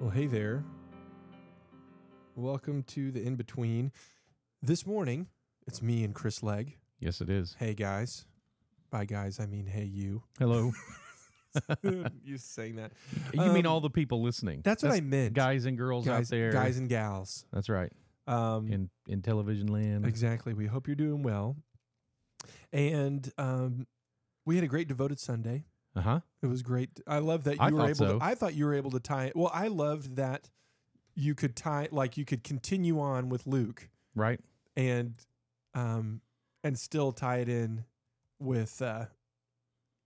Well, hey there. Welcome to the in between. This morning, it's me and Chris Legg. Yes, it is. Hey, guys. By guys, I mean, hey, you. Hello. you saying that. you mean all the people listening? Um, That's what I meant. Guys and girls guys, out there. guys and gals. That's right. Um, In in television land. exactly. We hope you're doing well. And um, we had a great devoted Sunday. Uh huh. It was great. I love that you I were thought able so. to I thought you were able to tie it. Well, I loved that you could tie like you could continue on with Luke Right. and um and still tie it in with uh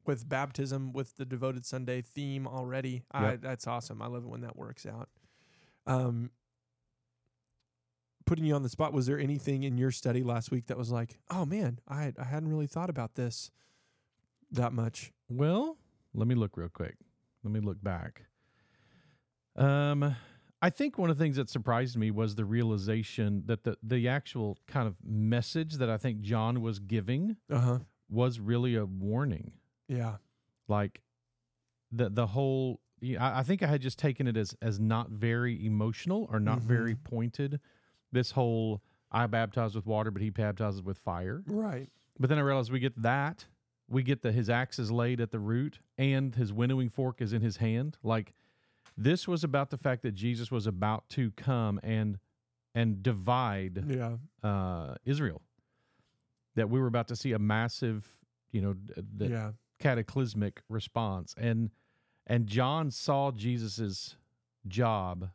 with baptism with the devoted Sunday theme already. I, Yep. that's awesome. I love it when that works out. Um putting you on the spot, was there anything in your study last week that was like, "Oh man, I I hadn't really thought about this that much." Well, let me look real quick. Let me look back. Um, I think one of the things that surprised me was the realization that the the actual kind of message that I think John was giving Uh-huh. was really a warning. Yeah. like the the whole yeah, I, I think I had just taken it as as not very emotional or not very pointed this whole I baptize with water but he baptizes with fire Right. but then I realized we get that we get that his axe is laid at the root and his winnowing fork is in his hand like this was about the fact that Jesus was about to come and and divide Yeah. uh, Israel that we were about to see a massive you know d- that yeah. cataclysmic response and and john saw jesus's job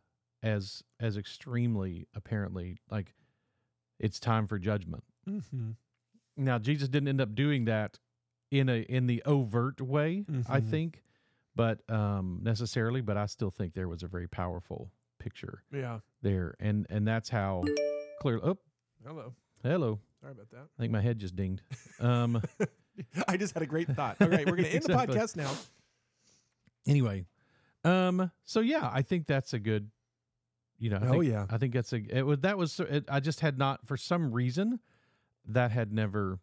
as as extremely apparently like it's time for judgment Mm-hmm. now jesus didn't end up doing that in a in the overt way i Mhm. think but um necessarily but i still think there was a very powerful picture Yeah. there and and that's how clear oh Hello. hello Sorry about that. i think my head just dinged um I just had a great thought. All right, we're going to end Exactly. the podcast now. anyway um so yeah i think that's a good you know I Oh, think- yeah. i think that's a it was that was it, i just had not for some reason that had never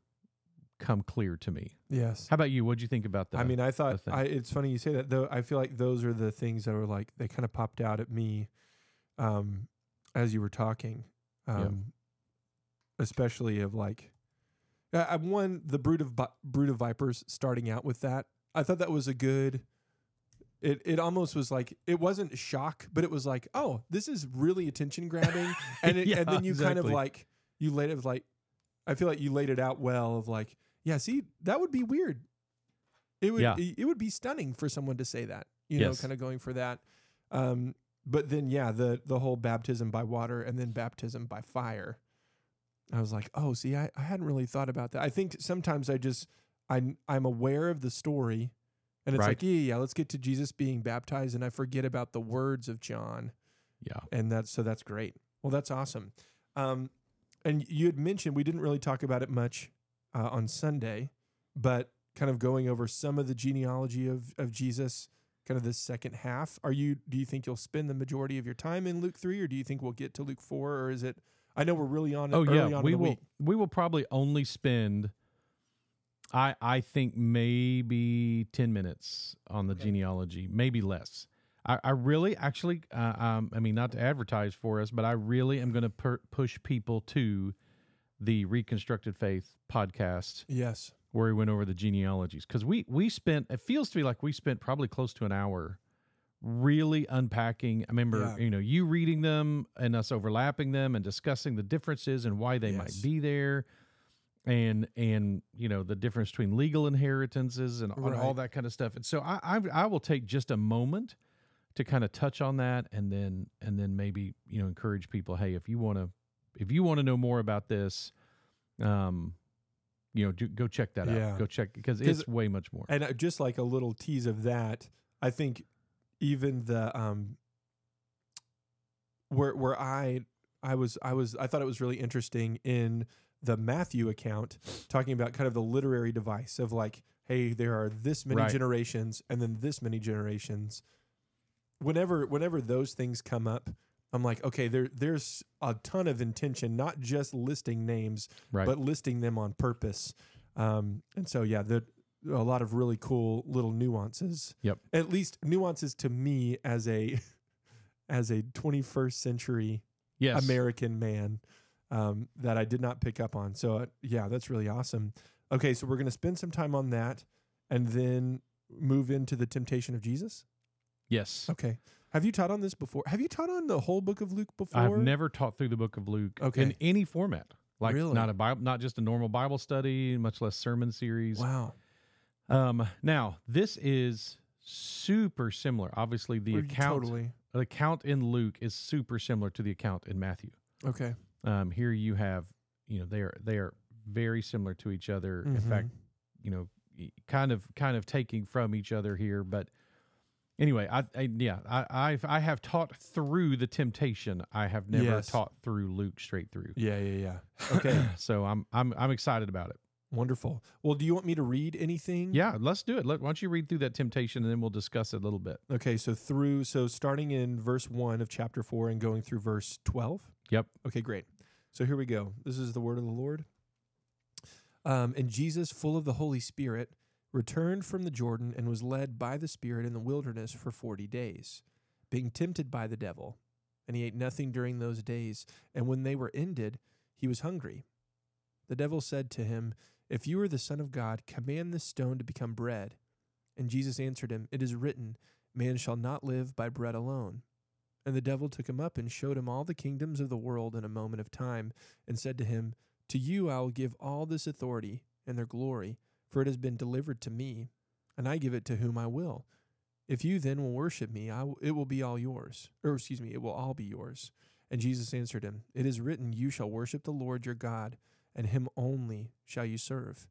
come clear to me Yes. how about you what'd you think about that I mean, I the thought thing. I, it's funny you say that though. I feel like those are the things that were like they kind of popped out at me um, as you were talking, um, Yeah. especially of like I, I one the brood of vi- brood of vipers starting out with that. I thought that was a good. It it almost was like it wasn't shock, but it was like oh this is really attention grabbing, and it, Yeah, and then you kind of exactly. like you laid it like I feel like you laid it out well of like yeah see that would be weird it would Yeah. it, it would be stunning for someone to say that, you know, Yes. kind of going for that. Um, but then yeah, the the whole baptism by water and then baptism by fire. I was like, oh, see, I, I hadn't really thought about that. I think sometimes I just I I'm aware of the story, and it's Right. like yeah, yeah, yeah, let's get to Jesus being baptized, and I forget about the words of John, yeah and that's so that's great. Well, that's awesome. Um, and you had mentioned we didn't really talk about it much uh, on Sunday, but kind of going over some of the genealogy of of Jesus, kind of this second half. Are you? Do you think you'll spend the majority of your time in Luke three, or do you think we'll get to Luke four, or is it? I know we're really on. oh early yeah on in we the will Week. we will probably only spend i i think maybe 10 minutes on the genealogy maybe less I, I really actually uh, um, i mean not to advertise for us but i really am going to per- push people to the reconstructed faith podcast Yes. where we went over the genealogies because we we spent it feels to me like we spent probably close to an hour really unpacking i remember Yeah. you know you reading them and us overlapping them and discussing the differences and why they might Yes. be there and and you know the difference between legal inheritances and, and all Right. that kind of stuff and so I, I i will take just a moment to kind of touch on that and then and then maybe you know encourage people hey if you want to if you want to know more about this um you know do, go check that Yeah. out go check because 'Cause- it's way much more And uh, just like a little tease of that, I think even the um where where I I was I was I thought it was really interesting in the Matthew account talking about kind of the literary device of like hey there are this many Right. generations and then this many generations whenever whenever those things come up I'm like okay there there's a ton of intention not just listing names right but listing them on purpose. Um, and so, yeah, the, a lot of really cool little nuances. Yep. At least nuances to me as a as a 21st century Yes. American man um, that I did not pick up on. So, uh, yeah, that's really awesome. Okay, so we're going to spend some time on that and then move into the temptation of Jesus. Yes. Okay. Have you taught on this before? Have you taught on the whole book of Luke before? I've never taught through the book of Luke Okay. in any format. Like Really? not a Bible, not just a normal Bible study, much less sermon series. Wow. Um, now this is super similar. Obviously, the We're account Totally. the account in Luke is super similar to the account in Matthew. Okay. Um, here you have, you know, they are they are very similar to each other. In Mhm. fact, you know, y- kind of kind of taking from each other here. But anyway, I, I yeah, I I've, I have taught through the temptation. I have never Yes. taught through Luke straight through. Yeah, yeah, yeah. Okay. so I'm I'm I'm excited about it. Wonderful. Well, do you want me to read anything? Yeah, let's do it. Let, why don't you read through that temptation and then we'll discuss it a little bit. Okay, so through so starting in verse 1 of chapter 4 and going through verse 12. Yep. Okay, great. So here we go. This is the word of the Lord. Um, and Jesus, full of the Holy Spirit, returned from the Jordan and was led by the Spirit in the wilderness for 40 days, being tempted by the devil. And he ate nothing during those days, and when they were ended, he was hungry. The devil said to him, If you are the Son of God, command this stone to become bread. And Jesus answered him, It is written, Man shall not live by bread alone. And the devil took him up and showed him all the kingdoms of the world in a moment of time, and said to him, To you I will give all this authority and their glory, for it has been delivered to me, and I give it to whom I will. If you then will worship me, I will, it will be all yours. Or excuse me, it will all be yours. And Jesus answered him, It is written, You shall worship the Lord your God, and him only shall you serve.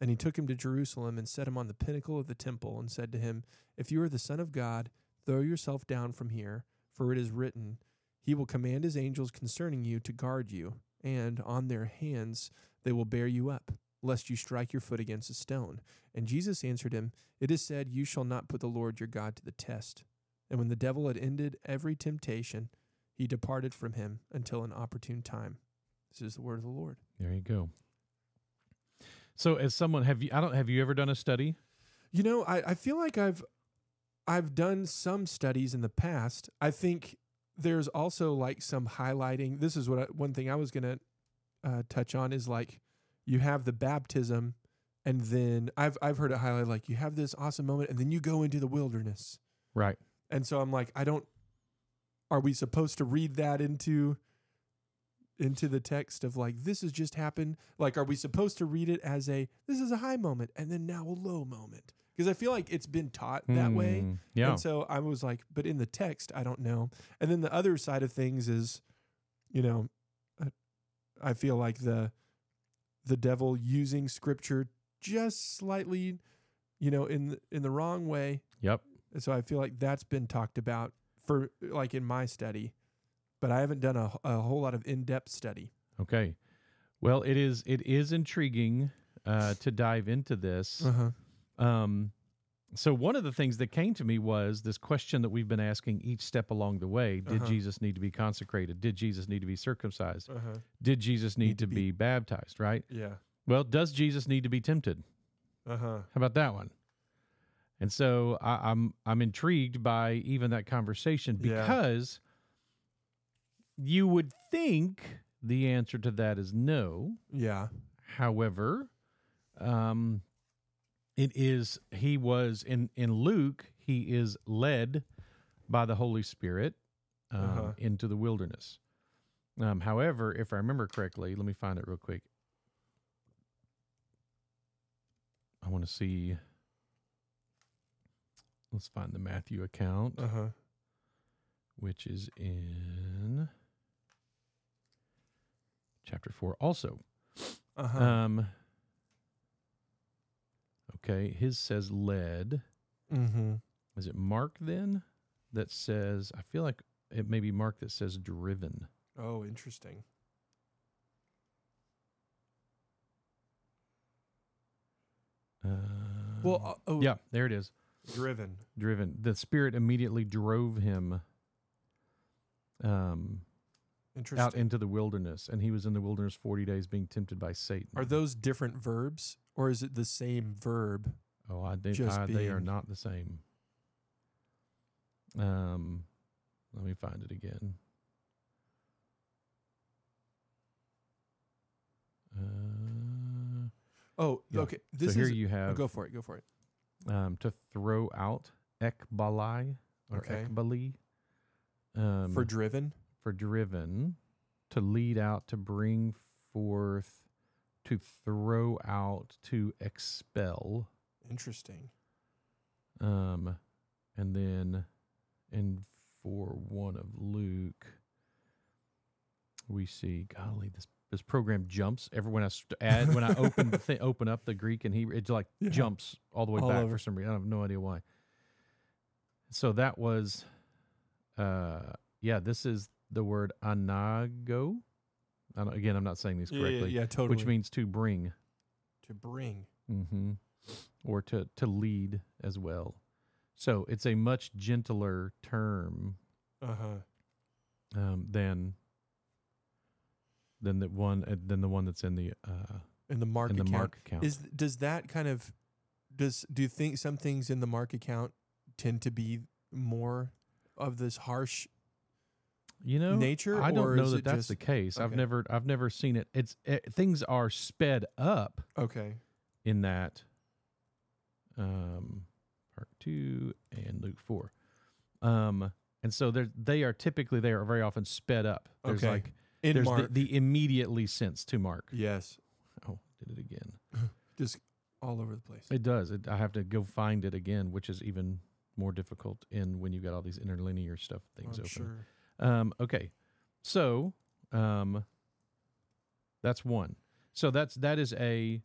And he took him to Jerusalem and set him on the pinnacle of the temple, and said to him, If you are the Son of God, throw yourself down from here. For it is written, He will command His angels concerning you to guard you, and on their hands they will bear you up, lest you strike your foot against a stone. And Jesus answered him, It is said, You shall not put the Lord your God to the test. And when the devil had ended every temptation, he departed from him until an opportune time. This is the word of the Lord. There you go. So as someone have you I don't have you ever done a study? You know, I, I feel like I've I've done some studies in the past. I think there's also like some highlighting. This is what I, one thing I was gonna uh, touch on is like you have the baptism, and then I've I've heard it highlighted like you have this awesome moment, and then you go into the wilderness. Right. And so I'm like, I don't. Are we supposed to read that into into the text of like this has just happened? Like, are we supposed to read it as a this is a high moment and then now a low moment? Because I feel like it's been taught that way. Hmm, Yeah. And so I was like, but in the text, I don't know. And then the other side of things is, you know, I, I feel like the the devil using scripture just slightly, you know, in the, in the wrong way. Yep. And so I feel like that's been talked about for like in my study, but I haven't done a, a whole lot of in depth study. Okay. Well, it is it is intriguing uh, to dive into this. huh. Um, so one of the things that came to me was this question that we've been asking each step along the way: Did Uh-huh. Jesus need to be consecrated? Did Jesus need to be circumcised? Uh huh. Did Jesus need, to be baptized? Right. Yeah. Well, does Jesus need to be tempted? Uh huh. How about that one? And so I, I'm I'm intrigued by even that conversation Yeah. because you would think the answer to that is no. Yeah. However, um, it is he was in in Luke he is led by the Holy Spirit um, Uh-huh. into the wilderness. Um, however, if I remember correctly, let me find it real quick. I want to see. Let's find the Matthew account Uh huh. which is in chapter 4 also Uh huh. um okay his says led mm hmm. is it mark then that says i feel like it may be mark that says driven Oh, interesting. um, Well, uh, oh, yeah there it is driven. driven the spirit immediately drove him um Interesting. out into the wilderness and he was in the wilderness 40 days being tempted by satan Are those different verbs, or is it the same verb? Oh, I think just I, they are being- not the same. Um, Let me find it again. Uh, Oh, Yeah. okay. This so here is you oh, have go for it. Go for it. um, to throw out ekbalai or Okay. ekbali um, for driven. for driven to lead out to bring forth to throw out to expel Interesting. um and then in for one of luke we see golly this this program jumps every when i st- add when i open the thing open up the greek and hebrew it like Yeah. jumps all the way All back over. for some reason i have no idea why so that was uh yeah this is the word anago I don't, again i'm not saying these Yeah, yeah, correctly yeah, totally. which means to bring to bring. mm-hmm. or to to lead as well. So it's a much gentler term Uh huh. um, than than the one uh, than the one that's in the uh, In the mark in the account. mark account. Is does that kind of does do you think some things in the mark account tend to be more of this harsh you know, nature, I or don't know is that it that's just- the case. I've okay. never I've never seen it. It's it, things are sped up okay in that um part two and luke four um and so they're they are typically they are very often sped up there's Okay. like in there's mark? The, the immediately sense to mark yes, oh did it again just all over the place. it does it, i have to go find it again which is even more difficult in when you've got all these interlinear stuff things I'm open sure. Um, okay. So um, that's one. So that's that is a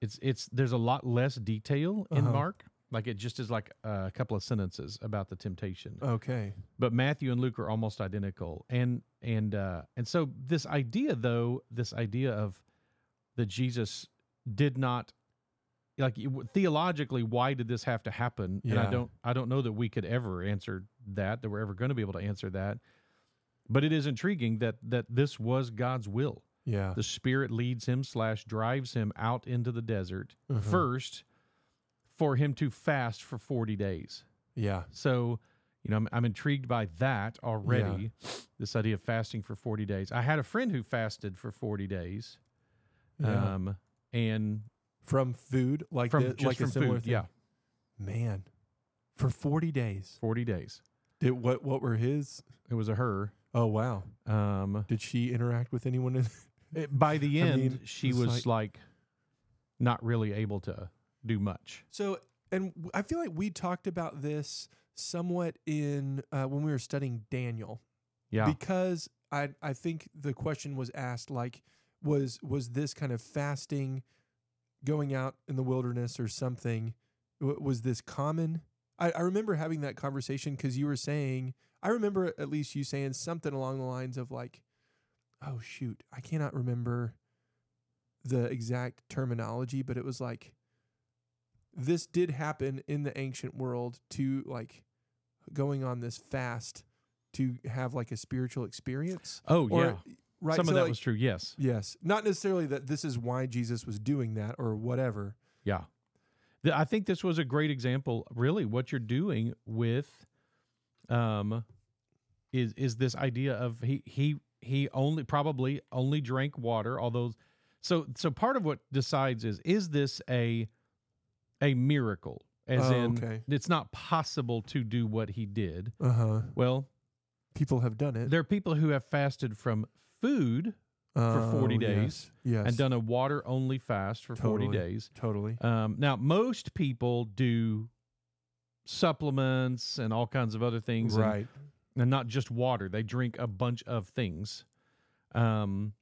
it's it's there's a lot less detail in Uh-huh. Mark. Like it just is like a couple of sentences about the temptation. Okay. But Matthew and Luke are almost identical. And and uh and so this idea though, this idea of that Jesus did not like it w- theologically why did this have to happen and i Yeah. don't i don't know that we could ever answer that that we're ever going to be able to answer that but it is intriguing that that this was god's will Yeah. the spirit leads him slash drives him out into the desert Mm-hmm. first for him to fast for 40 days Yeah. so you know i'm, I'm intrigued by that already this idea of fasting for 40 days i had a friend who fasted for 40 days yeah. um Uh, and from food like from the, just like from a similar food thing. yeah Man, for forty days. 40 days Did what? What were his? it was a her Oh wow! um Did she interact with anyone? In, it- by the Eh, I end mean, she it's was like not really able to do much so, and w- I feel like we talked about this somewhat in uh, when we were studying Daniel, yeah because I I think the question was asked like was was this kind of fasting, going out in the wilderness or something, w- was this common? I, I remember having that conversation because you were saying I remember at least you saying something along the lines of like, oh shoot, I cannot remember the exact terminology, but it was like this did happen in the ancient world to like going on this fast to have like a spiritual experience. oh Or- yeah Right. some so of that like- was true yes Yes. Not necessarily that this is why Jesus was doing that or whatever. Yeah. Th- I think this was a great example, really, what you're doing with um is is this idea of he he he only probably only drank water, although so so part of what decides is is this a a miracle? As Oh, in okay. it's not possible to do what he did. Uh huh. Well, People have done it there are people who have fasted from food Oh, 40 yes, days Yes. and done a water only fast for 40 Totally. days. totally. Um, now, most people do supplements and all kinds of other things, and- Right. and, not just water. They drink a bunch of things. Um,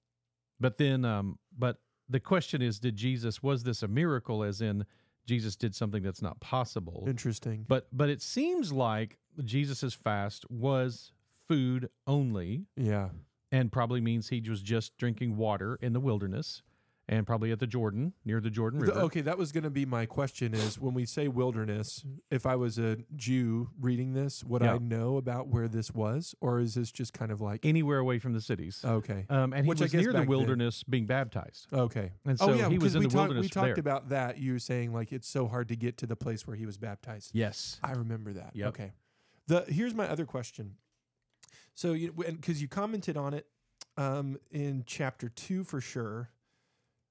but then, um, but the question is, did Jesus was this a miracle? As in, Jesus did something that's not possible. Interesting. But but it seems like Jesus's fast was food only, yeah. and probably means he was just drinking water in the wilderness, and probably at the Jordan near the Jordan Th- River. okay, that was going to be my question is when we say wilderness, if I was a Jew reading this, would I Yeah. know about where this was? Or is this just kind of like, Anywhere away from the cities. okay. Um, and he Which I was guess near the back then- wilderness being baptized. Okay. And so oh, yeah. he because was in we the talk- wilderness We talked there. about that. You were saying like it's so hard to get to the place where he was baptized. yes. I remember that. Yep. Okay. The here's my other question. So you because you commented on it um, in chapter two for sure,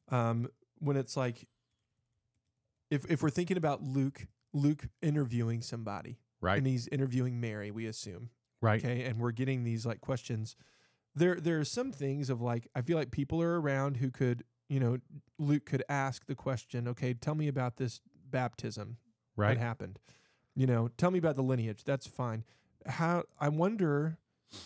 um, when it's like if if we're thinking about Luke, Luke interviewing somebody, Right. and he's interviewing Mary, we assume, Right. okay, and we're getting these like questions. There there are some things of like I feel like people are around who could you know Luke could ask the question, okay, tell me about this baptism Right. that happened. You know, tell me about the lineage. That's fine. How I wonder,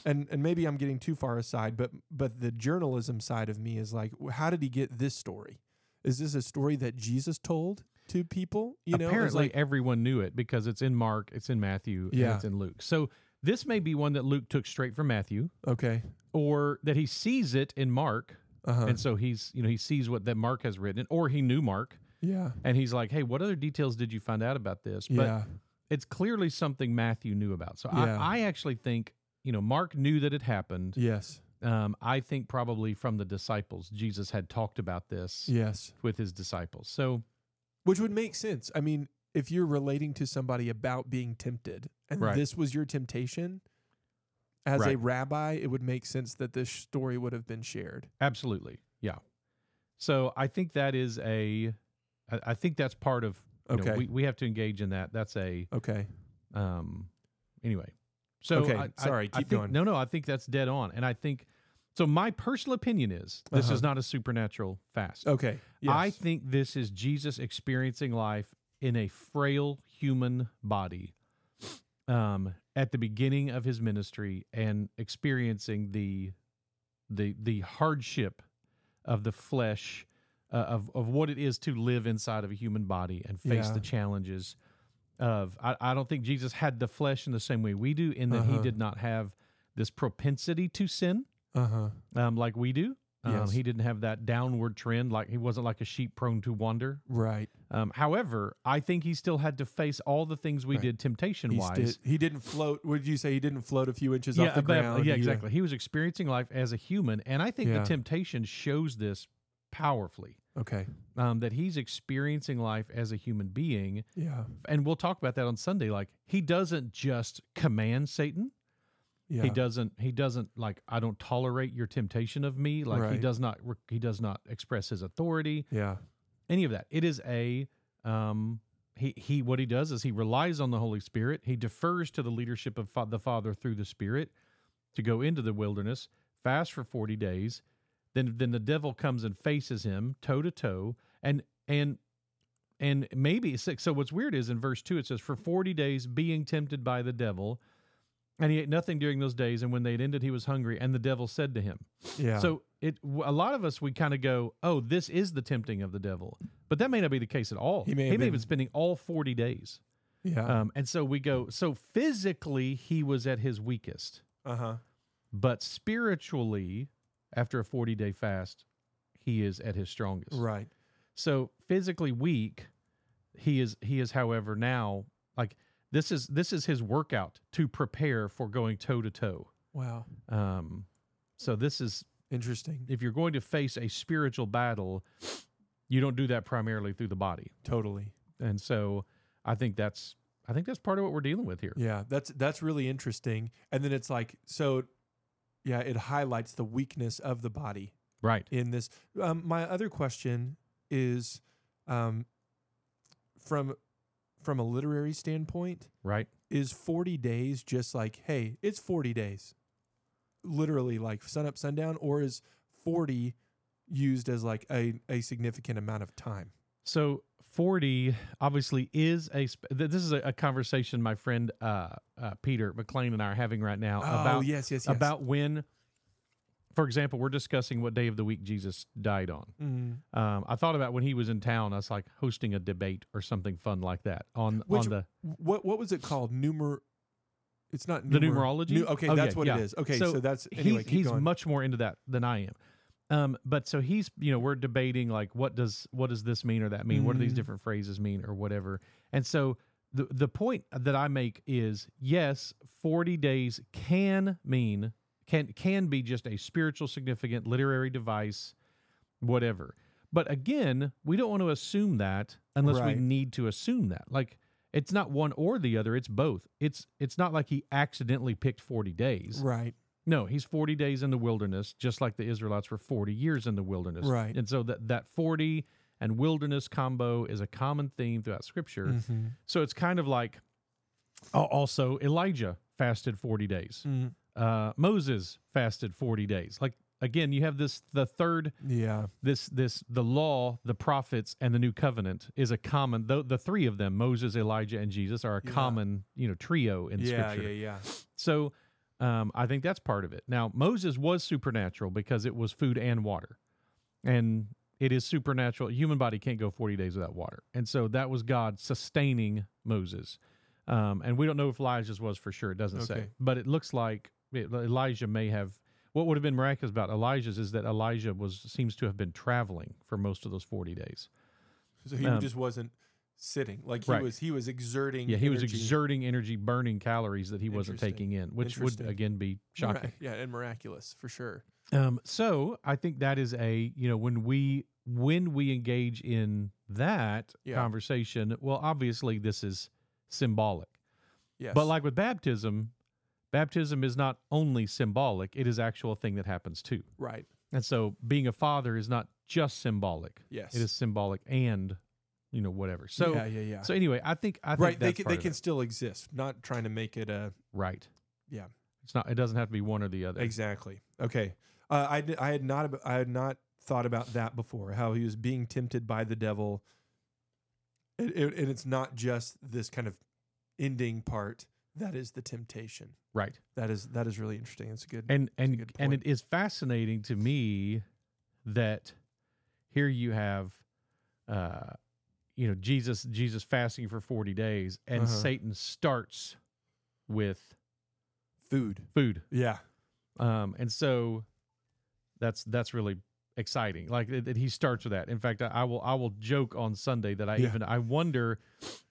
and and maybe I'm getting too far aside, but but the journalism side of me is like, wh- how did he get this story? Is this a story that Jesus told to people? You know, It's apparently like, everyone knew it because it's in Mark, it's in Matthew, and Yeah. it's in Luke. So this may be one that Luke took straight from Matthew, okay, or that he sees it in Mark, uh-huh. and so he's you know he sees what that Mark has written, or he knew Mark, yeah, and he's like, hey, what other details did you find out about this? But yeah, it's clearly something Matthew knew about. So Yeah. I, I actually think you know Mark knew that it happened. yes, Um, I think probably from the disciples, Jesus had talked about this yes, with his disciples. So which would make sense. I mean, if you're relating to somebody about being tempted, and Right. this was your temptation. As a Right. rabbi, it would make sense that this story would have been shared. Absolutely. Yeah. So I think that is a, I I think that's part of, you know, Okay. we, we have to engage in that. That's a, Okay. um, anyway. So Okay, I- I- sorry, I keep think- going. No, no, I think that's dead on. And I think, so my personal opinion is this is Uh-huh. not a supernatural fast. Okay. I yes. think this is Jesus experiencing life in a frail human body um, at the beginning of his ministry and experiencing the the the hardship of the flesh uh, of of what it is to live inside of a human body and face Yeah. the challenges of I, I don't think Jesus had the flesh in the same way we do in that he Uh-huh. did not have this propensity to sin Uh huh. um, like we do. Um, Yes. He didn't have that downward trend. Like he wasn't like a sheep prone to wander. Right. Um, however, I think he still had to face all the things we Right. did temptation He, wise. did, he didn't float. Would you say he didn't float a few inches yeah, off the but- ground? uh, yeah, exactly. He was experiencing life as a human, and I think Yeah. the temptation shows this powerfully Okay. um, that he's experiencing life as a human being. Yeah. And we'll talk about that on Sunday. Like he doesn't just command Satan. Yeah. he doesn't he doesn't like i don't tolerate your temptation of me like he Right. does not re- he does not express his authority Yeah. any of that it is a um he he what he does is he relies on the holy spirit he defers to the leadership of fa- the father through the spirit to go into the wilderness fast for 40 days then then the devil comes and faces him toe to toe and and and maybe six so what's weird is in verse 2 it says for 40 days being tempted by the devil and he ate nothing during those days and when they had ended he was hungry and the devil said to him Yeah. so it w- a lot of us we kind of go, oh, this is the tempting of the devil, but that may not be the case at all. He may have have been- Uh-huh. been spending all forty days, yeah. um, and so we go. So physically, he was at his weakest, Uh huh. but spiritually, after a forty day fast, he is at his strongest. Right. So physically weak, he is. He is, however, now like this is this is his workout to prepare for going toe to toe. Wow. Um, so this is Interesting. if you're going to face a spiritual battle, you don't do that primarily through the body. Totally. And so I think that's I think that's part of what we're dealing with here. Yeah. That's that's really interesting. And then it's like so. Yeah, it highlights the weakness of the body Right. in this. Um, my other question is, um, from from a literary standpoint, Right. is 40 days just like hey it's 40 days literally like sun up sundown or is 40 used as like a, a significant amount of time So 40 obviously is a sp- th- this is a, a conversation my friend uh, uh, Peter McLean and I are having right now oh about yes yes yes about when for example, we're discussing what day of the week Jesus died on. Mm. Um, I thought about when he was in town, us like hosting a debate or something fun like that on Which- on the what what was it called numer it's not The numer- numerology? nu- okay Oh, that's yeah, what yeah. it is okay so, So that's He- anyway keep he's going much more into that than I am. Um, but so he's, you know, we're debating like what does what does this mean or that mean? What do these Mhm. different phrases mean or whatever? And so the the point that I make is yes, forty days can mean can can be just a spiritual significant literary device, whatever. But again, we don't want to assume that unless Right. we need to assume that. Like it's not one or the other; it's both. It's it's not like he accidentally picked forty days right No, he's 40 days in the wilderness, just like the Israelites were 40 years in the wilderness. Right. And so that, that 40 and wilderness combo is a common theme throughout scripture. Mhm. So it's kind of like al- also Elijah fasted 40 days, Mm. uh, Moses fasted 40 days. Like, again, you have this the third Yeah. this this the law the prophets and the new covenant is a common though the three of them moses elijah and jesus are a Yeah. common you know trio in yeah. scripture Yeah. so um, I think that's part of it. Now, Moses was supernatural because it was food and water. And it is supernatural. A human body can't go 40 days without water. And so that was God sustaining Moses. Um, and we don't know if Elijah's was for sure. It doesn't say. Okay. But it looks like it, Elijah may have. What would have been miraculous about Elijah's is that Elijah was seems to have been traveling for most of those 40 days. So he Um, just wasn't sitting. Like he right. was. He was exerting. Yeah, he was energy. exerting energy, burning calories that he wasn't Interesting. taking in, which would Interesting. again be Right, shocking. Yeah, and miraculous for sure. Um, so I think that is a you know when we when we engage in that Yeah. conversation, well, obviously this is symbolic. Yes. But like with baptism, baptism is not only symbolic; it is actual thing that happens too. right. And so being a father is not just symbolic; Yes. it is symbolic and you know whatever. So yeah, yeah, yeah. so anyway, I think I think right. They that's can, part they of can it. still exist. Not trying to make it a right. Yeah. it's not. It doesn't have to be one or the other. exactly. Okay. Uh, I d- I had not ab- I had not thought about that before. How he was being tempted by the devil. It, it, and it's not just this kind of ending part. That is the temptation. right. That is that is really interesting. It's a good. and Mm, a and good and point. it is fascinating to me that here you have uh you know jesus jesus fasting for 40 days and Uh-huh. satan starts with food. food Yeah. um and so that's that's really exciting like that that he starts with that in fact I, I will i will joke on sunday that i Yeah. even i wonder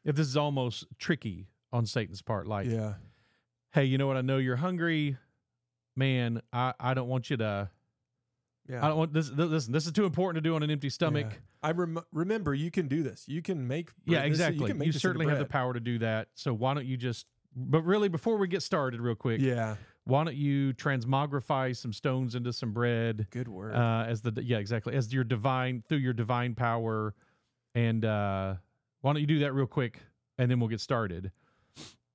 if this is almost tricky on satan's part like yeah. hey you know what i know you're hungry man i i don't want you to Yeah. I don't want this. th- Listen, this is too important to do on an empty stomach. Yeah. I rem- remember you can do this. You can make. Yeah, bread- this- exactly. can You, make this into certainly have the bread. power to do that. So why don't you just? But really, before we get started, real quick, Yeah. why don't you transmogrify some stones into some bread? Good word. Uh, as the yeah, exactly. As your divine through your divine power, and uh, why don't you do that real quick, and then we'll get started.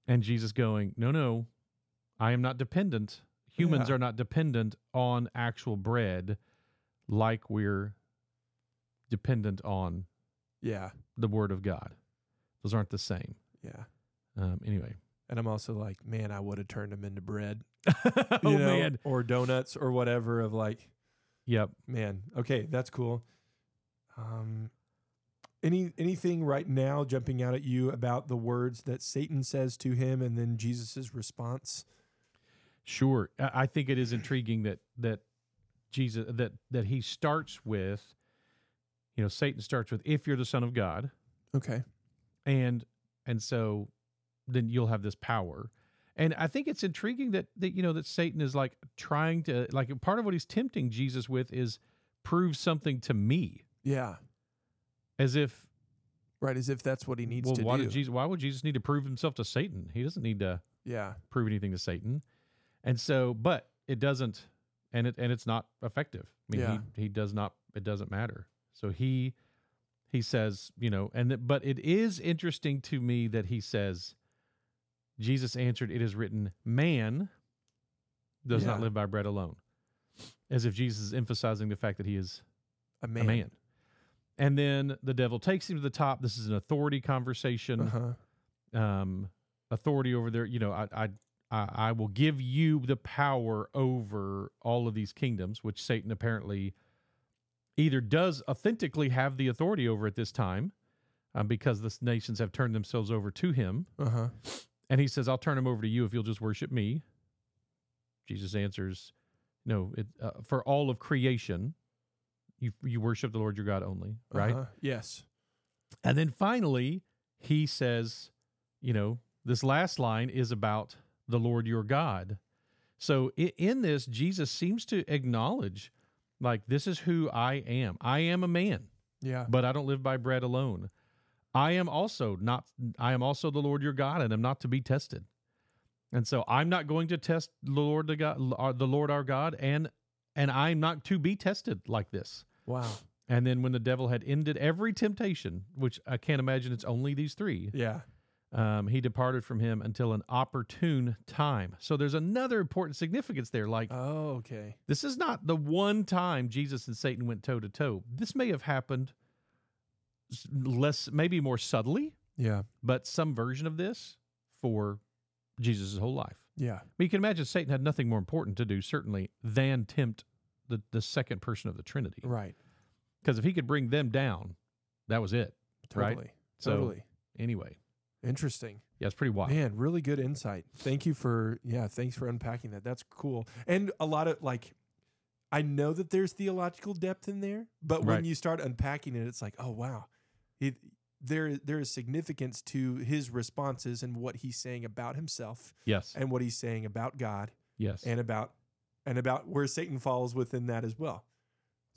And Jesus going, no, no, I am not dependent. Humans Yeah. are not dependent on actual bread, like we're dependent on yeah. the Word of God. Those aren't the same. Yeah. Um, anyway, And I'm also like, man, I would have turned them into bread, oh you know, man, or donuts or whatever. Of like, yep. man, okay, that's cool. Um, any anything right now jumping out at you about the words that Satan says to him, and then Jesus's response? Sure. I I think it is intriguing that that Jesus that that he starts with you know Satan starts with if you're the son of God Okay. and and so then you'll have this power. And I think it's intriguing that that you know that Satan is like trying to like part of what he's tempting Jesus with is prove something to me Yeah. as if Right. As if that's what he needs well to why do. did Jesus why would Jesus need to prove himself to Satan? He doesn't need to yeah. prove anything to Satan. And so, but it doesn't, and it and it's not effective. I mean, Yeah. he, he does not. It doesn't matter. So he he says, you know, and th- but it is interesting to me that he says, Jesus answered, "It is written, man does not Yeah. live by bread alone," as if Jesus is emphasizing the fact that he is A man. a man. And then the devil takes him to the top. This is an authority conversation Uh-huh. um, authority over there. You know, I, I, I I will give you the power over all of these kingdoms, which Satan apparently either does authentically have the authority over at this time, um, because the nations have turned themselves over to him, Uh-huh. and he says, "I'll turn them over to you if you'll just worship me." Jesus answers, "No, it, uh, for all of creation." You, you worship the Lord your God only, right? Uh-huh. Yes. And then finally, he says, you know, this last line is about the Lord your God. So i- in this, Jesus seems to acknowledge, like, this is who I am. I am a man, Yeah. but I don't live by bread alone. I am also not, I am also the Lord your God and am not to be tested. And so I'm not going to test the Lord the God, our- the Lord our God, and and I'm not to be tested like this. Wow. And then when the devil had ended every temptation, which I can't imagine it's only these three, Yeah. um, he departed from him until an opportune time. So there's another important significance there. Like Oh, okay. this is not the one time Jesus and Satan went toe to toe. This may have happened s- less, maybe more subtly, Yeah. but some version of this for Jesus' whole life. Yeah. I mean, you can imagine Satan had nothing more important to do, certainly, than tempt the, the second person of the Trinity. Right. Because if he could bring them down, that was it. Right. Totally. So Totally. anyway, Interesting. yeah, it's pretty wild. Man, really good insight. Thank you for yeah, thanks for unpacking that. That's cool. And a lot of like I know that there's theological depth in there, but when Right. you start unpacking it, it's like, oh wow. It there there is significance to his responses and what he's saying about himself Yes. and what he's saying about God yes. and about and about where Satan falls within that as well.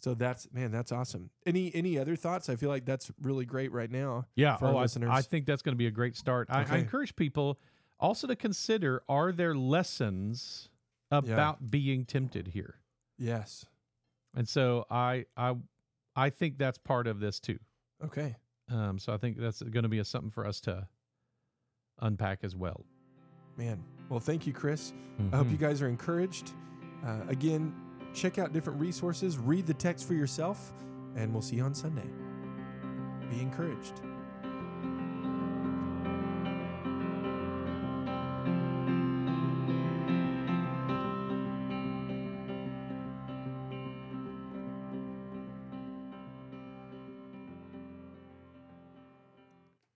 So that's man, that's awesome. Any any other thoughts? I feel like that's really great right now. yeah. for our oh, I, listeners. I think that's going to be a great start. I, I Okay. encourage people also to consider are there lessons about being tempted here? Yes. And so I, I, I think that's part of this too. Okay. Um, so I think that's going to be a something for us to unpack as well. Mm-hmm. Man. Well, thank you, Chris. I hope you guys are encouraged. Uh, again, check out different resources, read the text for yourself, and we'll see you on Sunday. Be encouraged.